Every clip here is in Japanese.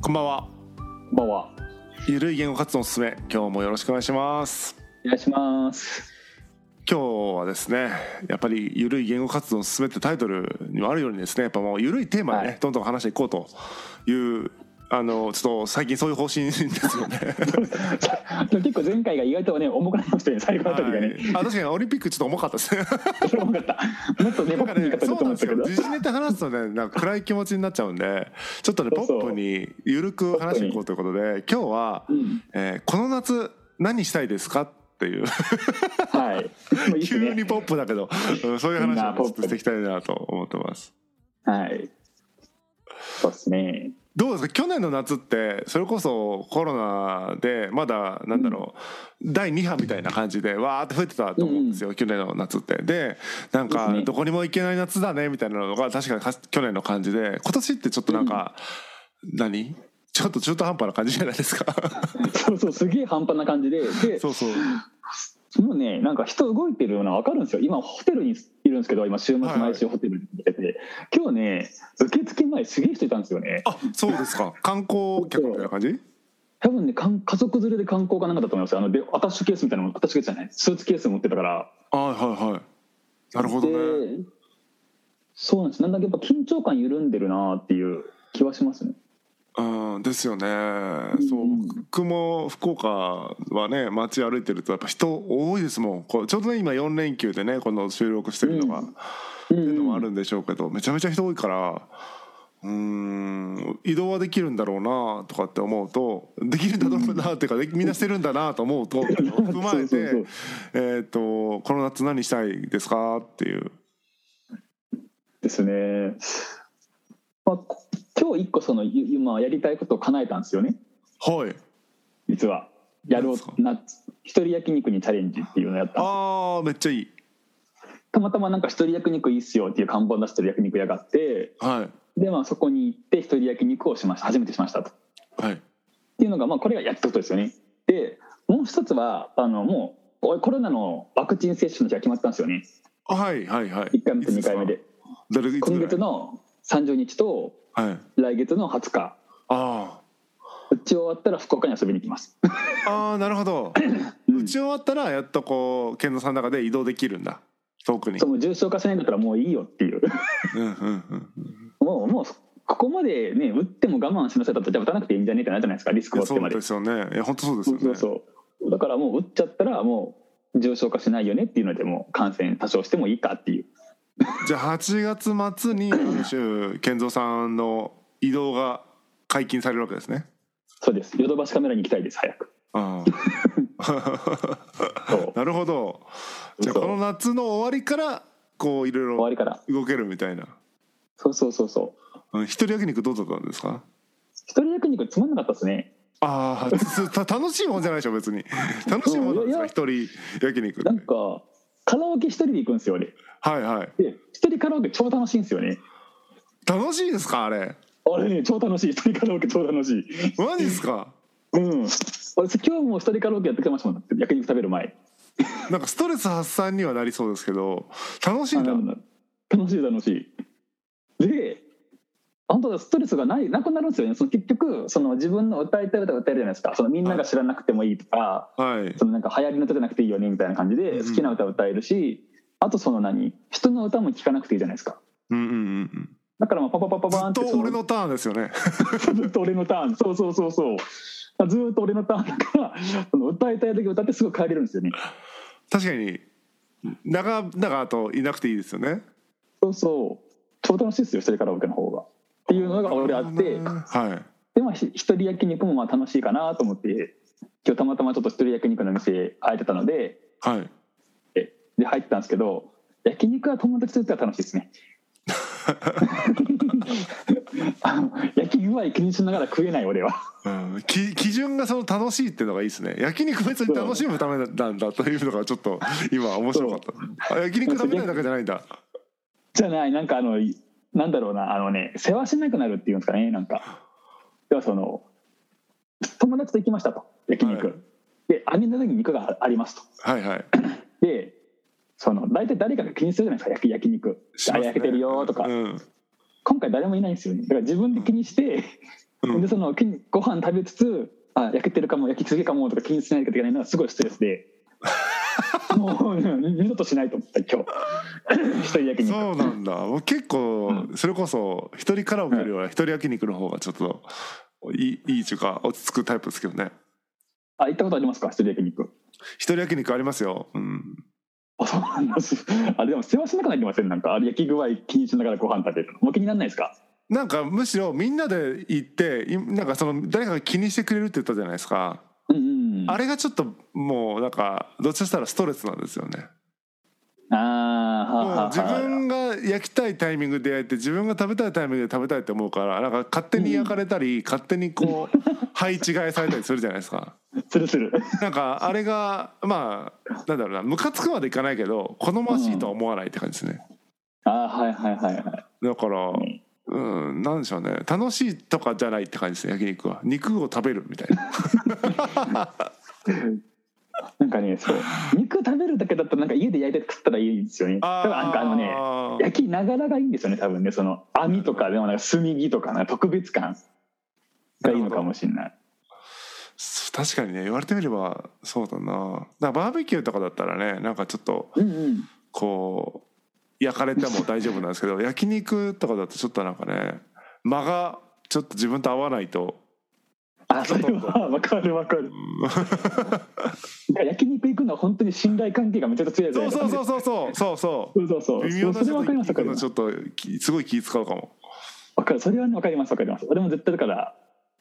こんばんは。こんばんは。ゆるい言語活動のすすめ、今日もよろしくお願いします。お願いします。 今日はですね、やっぱりゆるい言語活動のすすめってタイトルにもあるようにですね、やっぱもうゆるいテーマでね、はいどんどん話していこうという。あのちょっと最近そういう方針ですよね。でも結構前回が意外とね重くなりましたね最 後のあたりがね。はいあ確かにオリンピックちょっと重かったです ね。それ重かった。もっとなねん僕かの言いね、方だそうとなんで思っすたけよ。ど。時事ネタ話すとね、なんか暗い気持ちになっちゃうんで、ちょっとね、ポそうそうップにゆるく話していこうということで、今日は、うん、えーこの夏何したいですかっていう、はい。もういいっす 急ね。にポップだけど、うんそういうみんな話をポねちッょプっとしていきたいなと思ってます。はい。そうですね。どうですか去年の夏ってそれこそコロナでまだなんだろう、第2波みたいな感じでわーって増えてたと思うんですよ、去年の夏ってでなんでかすねどこにも行けない夏だねみたいなのが確かにか去年の感じで今年ってちょっとなんか、何ちょっと中途半端な感じじゃないですかそうそうすげえ半端な感じでで そう そうもうねなんか人動いてるのは分かるんですよ今ホテルにいるんですけど今週末はいはい毎週ホテルに来てて、今日ね受付前すげえ人いたんですよねあそうですか観光客みたいな感じ多分ねかん家族連れで観光かなんかだと思いますあのでアタッシュケースみたいなものアタッシュケースじゃないスーツケース持ってたからはいはいはいなるほどねでそうなんですなんだけどやっぱ緊張感緩んでるなっていう気はしますねうんですよね、んそう僕も福岡はね街歩いてるとやっぱ人多いですもんこうちょうどね今4連休でねこの収録してるのが、うんってういうのもあんるんでしょうけどめちゃめちゃ人多いからうーん移動はできるんだろうなとかって思うとできるんだろうなっていうか、でみんなしてるんだなと思うと踏まえそうそうそうてえーっとこの夏何したいですかっていう。ですね、まあ、こ今日一個そのゆ今やりたいことを叶えたんですよねはい、実はや何ろですかうな一人焼肉にチャレンジっていうのをやったあーめっちゃいい、たまたまなんか一人焼肉いいっすよっていう看板出してる焼肉屋があってはでまあそこに行って一人焼肉をしました初めてしましたとっいはい、ていうのがまあこれがやったことですよねでもう一つはあのもうコロナのワクチン接種の日が決まってたんですよねはいはいはい1回目と2回目でどれいつぐ今らい月の30日とはい来月の20日あ打ち終わったら福岡に遊びに行きます、ああーなるほどうん打ち終わったらやっとこう健三さんの中で移動できるんだ遠くにその重症化しないんだったらもういいよっていう うんうんうんもうもうここまでね打っても我慢しなさいだったらじゃあ打たなくていいんじゃねえってなるじゃないですかリスいクをや負っそてまうでですよねいや本当そうですそようねそうそうだからもう打っちゃったらもう重症化しないよねっていうのでもう感染多少してもいいかっていうじゃあ8月末にある種健三さんの移動が解禁されるわけですねそうですヨドバシカメラに行きたいです早くあ あそう なるほどじゃあそうこの夏の終わりからこういろい終わろりから動けるみたいなそうそうそうそううん一人焼肉どうだったんですか一人焼肉つまんなかったですねああつた楽しいもんじゃないでしょ別に楽しいもんなんですか一人焼肉ってなんかカラオケ一人で行くんですよ俺はいはいで一人カラオケ超楽しいんですよね楽しいですかあれあれね超楽しい一人カラオケ超楽しいマジですかうん俺今日も一人カラオケやってきましたもんだって焼肉食べる前なんかストレス発散にはなりそうですけど楽しいんだあなんだ楽しい楽しいであんたストレスがないなくなるんですよねその結局その自分の歌いたい歌が歌えるじゃないですかそのみんなが知らなくてもいいとか、はいそのなんか流行りの歌じゃなくていいよねみたいな感じでうん好きな歌歌えるし、あとその何人の歌も聴かなくていいじゃないですかうんうんうんうんだからまあパパパパずパーンっってとそ俺のターンですよねずっと俺のターンそうそうそうそうずっと俺のターンだからその歌いたい時歌ってすぐ帰れるんですよね確かに長々といなくていいですよねそうそう超楽しいですよ一人カラオケの方がっていうのが俺あってはでまあひ一人焼肉もまあ楽しいかなと思って今日たまたまちょっと一人焼肉の店空いてたのでいはいで入ったんですけど焼肉は友達と行ったら楽しい ですねあの焼き具合気にしながら食えない俺はうん、き基準がその楽しいっていうのがいいですね焼肉別に楽しむためなんだというのがちょっと今面白かったあ焼肉食べたいだけじゃないんだじゃないなんかあのいなんだろうなあのね世話しなくなるっていうんですかねなんかではその友達と行きましたと焼肉、はいで網の上に肉がありますとはいはいでその大体誰かが気にするじゃないですか焼き焼肉、しまあすね焼けてるよとか、うん今回誰もいないんですよねだから自分で気にして、うんでそのきご飯食べつつあ焼けてるかも焼きすぎかもとか気にしないといけないのはすごいストレス でもううん二度としないと思った今日一人焼き肉そうなんだもう結構それこそ一人カラオケよりは一人焼肉の方がちょっといいいいというか落ち着くタイプですけどねあ行ったことありますか一人焼き肉一人焼肉ありますよ、うん、あそうなんだす あれでも世話しなくなりませんなんかあれ焼き具合気にしながらご飯食べるもう気にならないですかなんかむしろみんなで行っていなんかその誰かが気にしてくれるって言ったじゃないですかうんうんうんあれがちょっともうなんかどっちかしたらストレスなんですよねああはあはもうあ自分が焼きたいタイミングで焼いて自分が食べたいタイミングで食べたいって思うからなんか勝手に焼かれたり、勝手にこう配置換えされたりするじゃないですかするするなんかあれがまあなんだろうなムカつくまでいかないけど好ましいとは思わないって感じですねああはいはいはいはいだからんうんなんでしょうね楽しいとかじゃないって感じですね焼肉は肉を食べるみたい ななんかねそう肉食べるだけだとなんか家で焼いて食ったらいいんですよねだからなんかあのねあー焼きながらがいいんですよね多分ねその網とかでもなんか炭火とかなんか特別感がいいのかもしれないそう確かにね言われてみればそうだなだからバーベキューとかだったらねなんかちょっとうんうんこう焼かれても大丈夫なんですけど焼肉とかだとちょっとなんかね間がちょっと自分と合わないと、あそれは分かる 分かうるんだから焼肉行くのは本当に信頼関係がめちゃくちゃ強いやつそうそうそうそうそうそうそそうそうそうう微妙なそれ人分とかります行分かくりのまちょっとすきすごい気使うかも分かるそれはね分かります分かります俺も絶対だから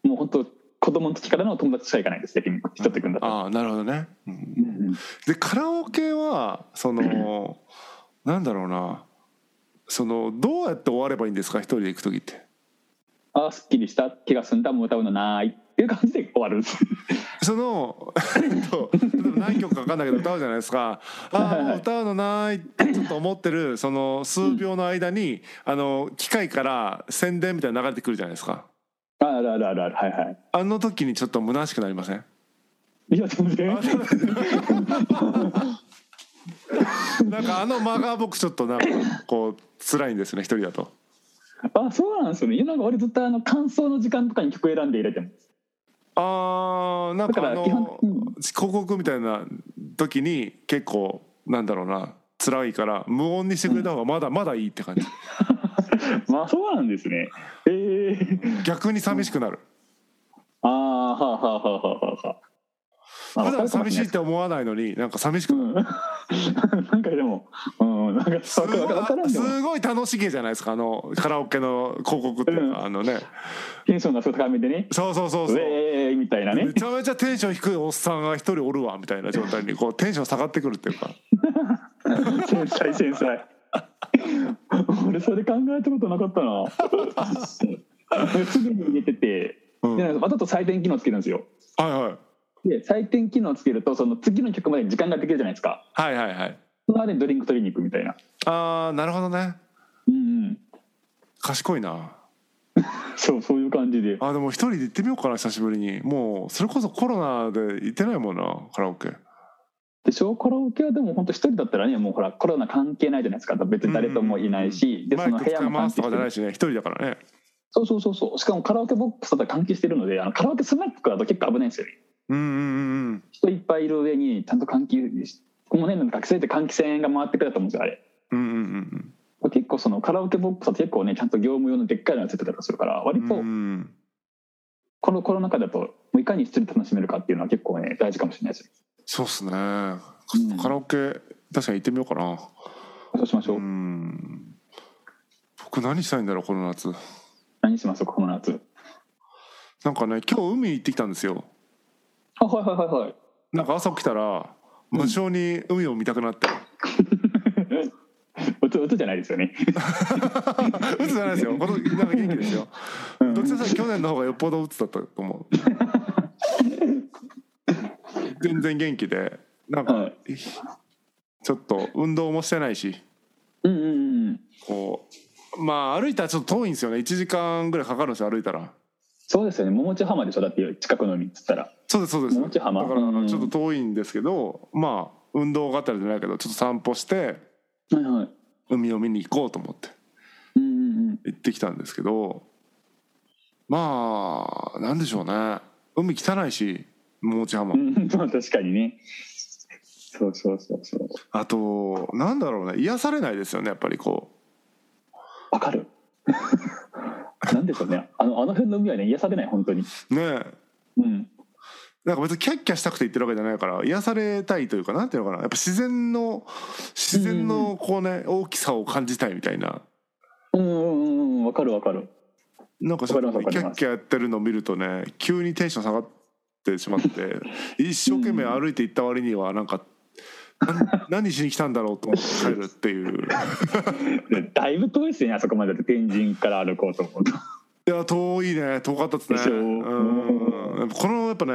もう本当子供の時からの友達しか行かないです焼肉一つ行くんだったらああなるほどね、うんうんうんでカラオケはそ のなんだろうなそのどうやって終わればいいんですか一人で行く時ってあすっきりした気が済んだもう歌うのないっていう感じで終わるん ですその、えっと、例えば何曲か分かんないけど歌うじゃないです かああもう歌うのないってちょっと思ってるその数秒の間に、あの機械から宣伝みたいなの流れてくるじゃないですかあるあるあるあるはいはあの時にちょっと虚しくなりませんいいや全然 なんかあの間が僕ちょっとなんかこう辛いんですね一人だとあそうなんですよねいやなんか俺ずっとあの感想の時間とかに曲選んで入れてもあーなんだかかあら基本のうん広告みたいな時に結構なんだろうな辛いから無音にしてくれた方がまだまだいいって感じまあそうなんですねええ逆に寂しくなるああはあはあはあはあはあまあ普段寂しいっわて思わないのになんか寂しくなるか るかもしれないですうんなんかでもうんなんかす分ごいか分からんでもすごい楽しげじゃないですかあのカラオケの広告っていうか、うんあのねテンションがすごい高めでねそうそうそうウそう、ェーイみたいなね めちゃめちゃテンション低いおっさんが一人おるわみたいな状態にこうテンション下がってくるっていうか繊細繊細 俺それ考えたことなかったなすぐに入れてて、うんでわざと採点機能つけるんですよはいはいで採点機能つけるとその次の曲までに時間ができるじゃないですかはいはいはいその間にドリンク取りに行くみたいなああなるほどねうんうん賢いなそうそういう感じであでも一人で行ってみようかな久しぶりにもうそれこそコロナで行ってないもんなカラオケで小カラオケはでも本当一人だったらねもうほらコロナ関係ないじゃないですか別に誰ともいないし、でマそイのク部屋使いも回関すと係かじしてゃなるいしね一人だからねそうそうそうそうしかもカラオケボックスだったら関係してるのであのカラオケスナックだと結構危ないんですよねうんうんうんうん人いっぱいいる上にちゃんと換気しこのね学生って換気扇が回ってくれたと思うんですよあれうんうんうん結構そのカラオケボックスだと結構ねちゃんと業務用のでっかいのがついてたりするからう割んうとんこのコロナ禍だともういかに一人で楽しめるかっていうのは結構ね大事かもしれないですよそうっすねうんカラオケ確かに行ってみようかなそうしましょう、うん僕何したいんだろうこの夏何しますこの夏なんかね今日海行ってきたんですよあはいはいはいはいなんか朝起きたら無性に海を見たくなって、うつうつじゃないですよねうつじゃないですよこのなんか元気ですよ、どっちかというと去年の方がよっぽどうつだったと思う全然元気でなんか、はいちょっと運動もしてないしうんうんうんうんこうまあ歩いたらちょっと遠いんですよね1時間ぐらいかかるんですよ歩いたらそうですよね桃地浜でしょだって近くの海っつったらそうですそうです桃地浜だからうんちょっと遠いんですけど、まあ運動があったりじゃないけどちょっと散歩してはいはい海を見に行こうと思ってうんうんうん行ってきたんですけどまあなんでしょうね海汚いし桃地浜、うんまあ確かにねそうそうそうそうあとなんだろうね癒されないですよねやっぱりこわかる なんでしょうねあのあの辺の海はね癒されない本当にうねえうんなんか別にキャッキャしたくて言ってるわけじゃないから癒されたいというかなんていうのかなやっぱ自然の自然のこうね大きさを感じたいみたいなうんうんうんうんわかるわかるなんかそわかりますわかキりャまッすキャやってるのを見るとね急にテンション下がってしまって 一生懸命歩いて行った割にはなんかな何しに来たんだろうと思って帰るっていうでだいぶ遠いですよねあそこまでだって天神から歩こうと思うといや遠いね遠かったですねでしょうんやっぱこのやっぱね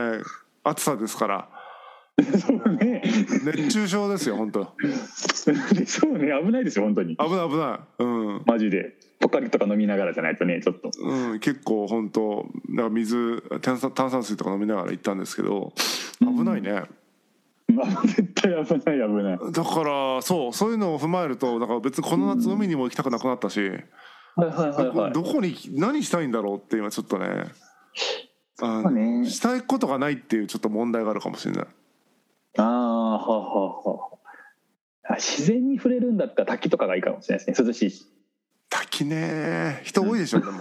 暑さですからそうね熱中症ですよ本当でしょうね危ないですよ本当に危ない危ないうんマジでポカリとか飲みながらじゃないとねちょっとうん、結構本当だから水炭酸炭酸水とか飲みながら行ったんですけどうん危ないね、まあ絶対危ない危ないだからそうそういうのを踏まえるとだから別にこの夏海にも行きたくなくなったし、はいはいはいはいどこに何したいんだろうって今ちょっとねあまあねしたいことがないっていうちょっと問題があるかもしれないああはあはあはああ自然に触れるんだったら滝とかがいいかもしれないですね涼しいし滝ね人多いでしょでも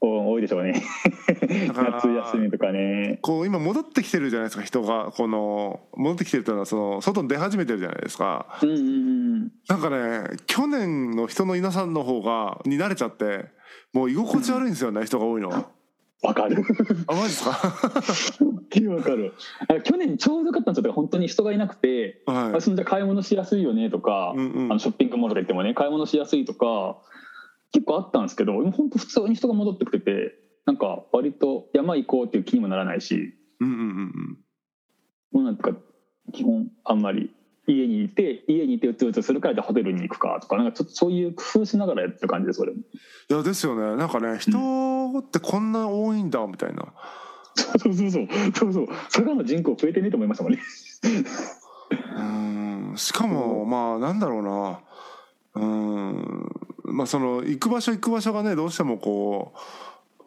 お多いでしょうねだから夏休みとかねこう今戻ってきてるじゃないですか人がこの戻ってきてるというのはその外に出始めてるじゃないですかうんうんうんなんかね去年の人の稲さんの方がに慣れちゃってもう居心地悪いんですよね、人が多いのはわかるあマジですかわかるあ去年ちょうどよかったんですよだから本当に人がいなくて、はあそんじゃ買い物しやすいよねとか、い、うんうあのん、ショッピングモールとか行ってもね買い物しやすいとか結構あったんですけどもう本当普通に人が戻ってくれてなんか割と山行こうっていう気にもならないしうんうんうんうんもうなんか基本あんまり家にいて家にいてうつうつするからじゃあホテルに行くかとかなんかちょっとそういう工夫しながらやってる感じです俺もいやですよねなんかね人ってこんな多いんだみたいなそうそうそうそうそう佐賀の人口増えてねえと思いましたもんねうんしかもまあなんだろうなうんまあその行く場所行く場所がねどうしてもこ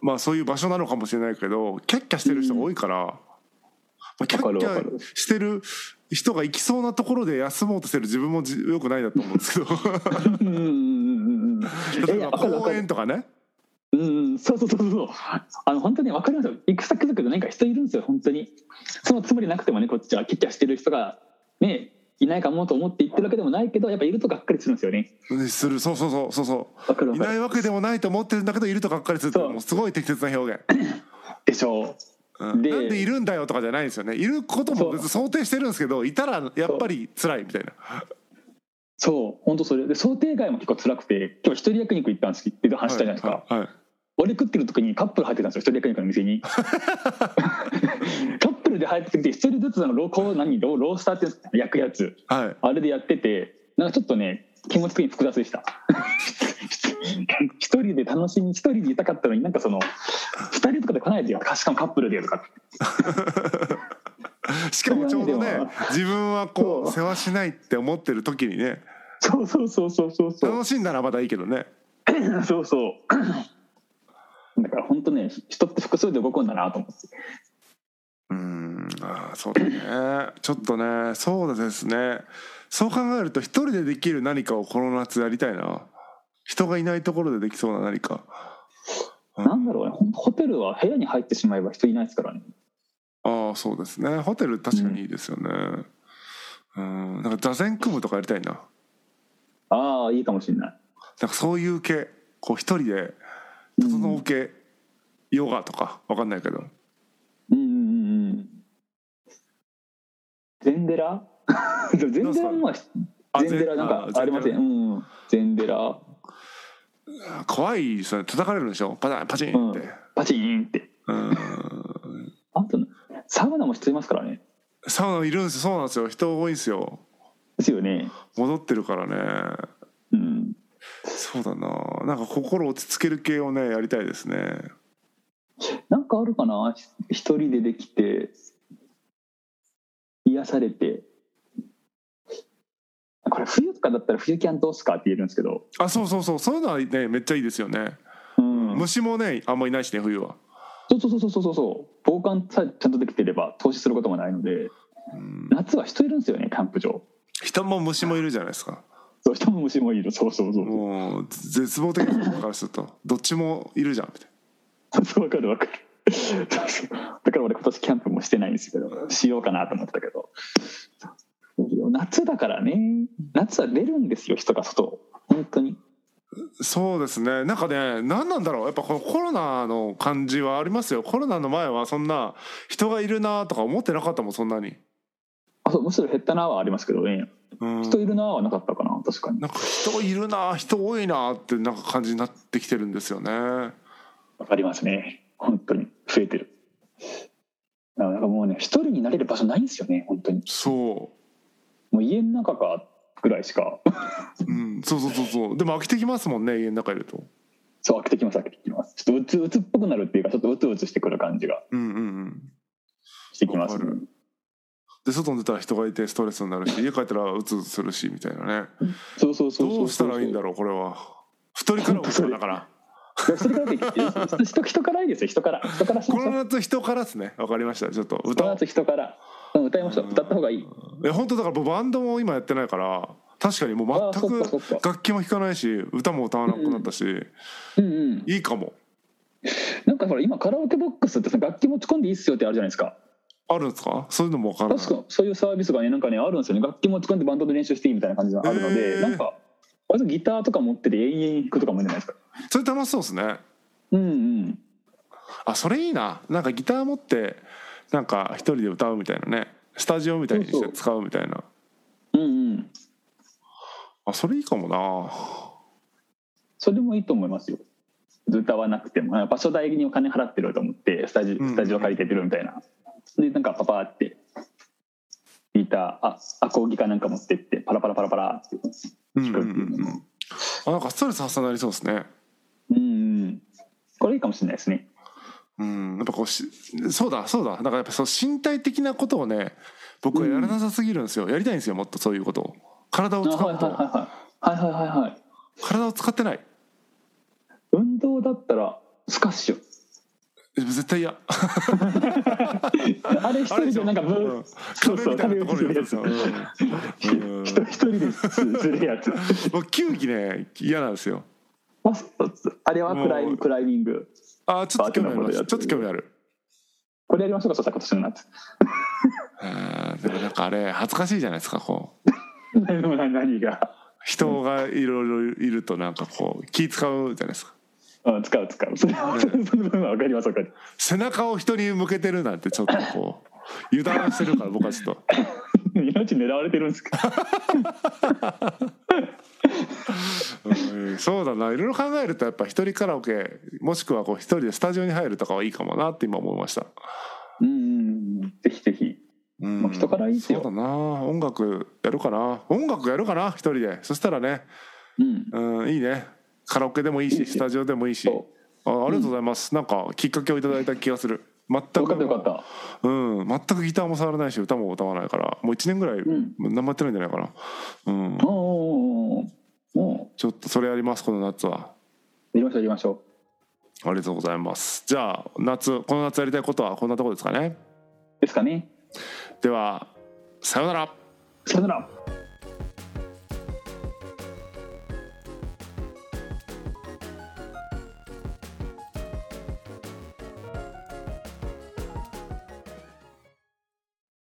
うまあそういう場所なのかもしれないけどキャッキャしてる人が多いから、まあ、キャわかッるキわかるャしてる人が行きそうなところで休もうとしてる自分もじよくないなと思うんですけどうんうんうんうんうん例 いえやばわかるわ公かる園とかねうんうんそうそうそうそうそうあの本当に分かりますよ行く先々でなんか人いるんですよ本当にそのつもりなくてもねこっちはキャッキャしてる人がねいないかもと思って行ってるわけでもないけどやっぱいるとがっかりするんですよねするそうそうそうそうそわかうるわいかないるわけでもないと思ってるんだけどいるとがっかりするってそうもうすごい適切な表現、でしょうんでなんでいるんだよとかじゃないんですよねいることも別に想定してるんですけどいたらやっぱり辛いみたいなそう本当それで想定外も結構辛くて今日一人焼肉行ったんですけど話したじゃないですか、はいはい俺食ってる時にカップル入ってたんですよ一人焼肉の店 にカップルで入ってきて一人ずつのローこう何ローロースターって焼くやつはいはいあれでやっててなんかちょっとね気持ち的に複雑でした一人で楽しみ一人でいたかったのになんかその二人とかで来ないでよしかもカップルでとかしかもちょうどでねも自分はこうそう世話しないって思ってる時にねそうそうそうそうそうそう楽しいならまだいいけどねそうそうだから本当ね人って複数で動くんだなと思ってうーんあーそうだねちょっとねそうですねそう考えると一人でできる何かをこの夏やりたいな人がいないところでできそうな何かなんだろうねほんとホテルは部屋に入ってしまえば人いないですからねああそうですねホテル確かにいいですよねうんなんか座禅組むとかやりたいなああいいかもしれないなんかそういう系こう一人でうん整う系、ヨガとかわかんないけどうんうんうんうん禅寺禅寺もあ禅寺なんかありません全うん禅寺然怖いですよね叩かれるんでしょパタンパチンってパチーンってうんあとサウナも必要いますからねサウナいるんですよそうなんですよ人多いんですよですよね戻ってるからねうんそうだななんか心落ち着ける系をねやりたいですねなんかあるかなひ一人でできて癒されてこれ冬とかだったら冬キャンどうすかって言えるんですけどあそうそうそうそういうのはねめっちゃいいですよねうん、うん虫もねあんまいないしね冬はそうそうそうそうそうそう防寒さえちゃんとできていれば投資することもないのでうん夏は人いるんですよねキャンプ場人も虫もいるじゃないですかそう人も虫もいるそうそうそうそうもう絶望的な人からするとどっちもいるじゃんみたいそうわかるわかるそうそうだから俺今年キャンプもしてないんですけどしようかなと思ってたけどそう夏だからね夏は出るんですよ人が外本当になそうですねなんかね何なんだろうやっぱこのコロナの感じはありますよコロナの前はそんな人がいるなとか思ってなかったもんそんなに、あそうむしろ減ったなはありますけどねうん、人いるなはなかったかな確かになんか人いるな人多いなってなんか感じになってきてるんですよねわかりますね本当に増えてるだからなんかもうね一人になれる場所ないんですよね本当にそもう家の中かぐらいしか う、うん、そうそうそうそうでも飽きてきますもんね家の中いるとそう飽きてきます飽きてきますちょっとうつうつっぽくなるっていうかちょっとうつうつしてくる感じがうんうんうんしてきますわかるで外に出たら人がいてストレスになるし家帰ったらうつうつするしみたいなねそうそうそうそうどうしたらいいんだろろうこれは太りから起きたんだからうそれか らって人人からいいですよ人から人からしこましょのう夏人からですねわかりましたちょっとこの歌を夏人からうん歌いましょう歌った方がいいえ本当だから僕バンドも今やってないから確かにもあうー全そくっかそっか楽器も弾かないし歌も歌わなくなったし、うんうんいいかもなんかほら今カラオケボックスってさ楽器持ち込んでいいっすよってあるじゃないですかあるんですかそういうのもわからない確かそういうサービスがねなんかねあるんですよね楽器持ち込んでバンドで練習していいみたいな感じがあるのへで、ーなんか割とギターとか持ってて永遠に弾くとかもいいんじゃないですかそれ楽しそうですねうんうんあそれいいななんかギター持ってなんか一人で歌うみたいなねスタジオみたいにしそうてそう使うみたいなうんうんあそれいいかもなそれもいいと思いますよ歌わなくてもあ場所代にお金払ってると思ってスタジうんスタジオ借りて出るみたいな、でなんかパパーってギターあアコギかなんか持ってってパラパラパラパラってうんうん弾うくんっていうのうもんあなんかストレス発散になりそうですねうんうんこれいいかもしれないですねうんやっぱこうしそうだそうだなんかやっぱそう身体的なことをね僕はやらなさすぎるんですよ、やりたいんですよもっとそういうことを体をあ使うはいこはいはといをはいはいはいはいはい体を使ってない運動だったらスカッシュえ絶対嫌あれ一あれ人でしでょなんかブうーんそうそう壁みたいなところにやつ壁 うんうん一人一人です るやつ僕球技ね嫌なんですよあそうあれはクライミもングうクライミングあちょっと興味ありまバーすテちょンっとのこ興味あるこれやりましょうかそしたら今年の夏あーでもなんかあれ恥ずかしいじゃないですかこう何何が人がいろいろいるとなんかこう気使うじゃないですかうん使う使うそれは、その分は分かります分かりま背中を人に向けてるなんてちょっとこう油断してるから僕はちょっとす命狙われてるんですかうんそうだないろいろ考えるとやっぱ一人カラオケもしくはこう一人でスタジオに入るとかはいいかもなって今思いました、うんうんうんぜひぜひうんもう人からいいですよそうだな音楽やるかな音楽やるかな一人でそしたらね、うんうん、いいねカラオケでもいいいいねしスタジオでもいいしそあありがとうございます、なんかきっかけをいただいた気がする全うくよかったよかったうん、全くギターも触らないし歌も歌わないからもう1年ぐらいうん何もやってないんじゃないかな、うん、おーおーおーもちょっとそれやりますこの夏はうやりましょうやりましょありがとうございますじゃあ夏この夏やりたいことはこんなところですかねうですかねではさようならさよなら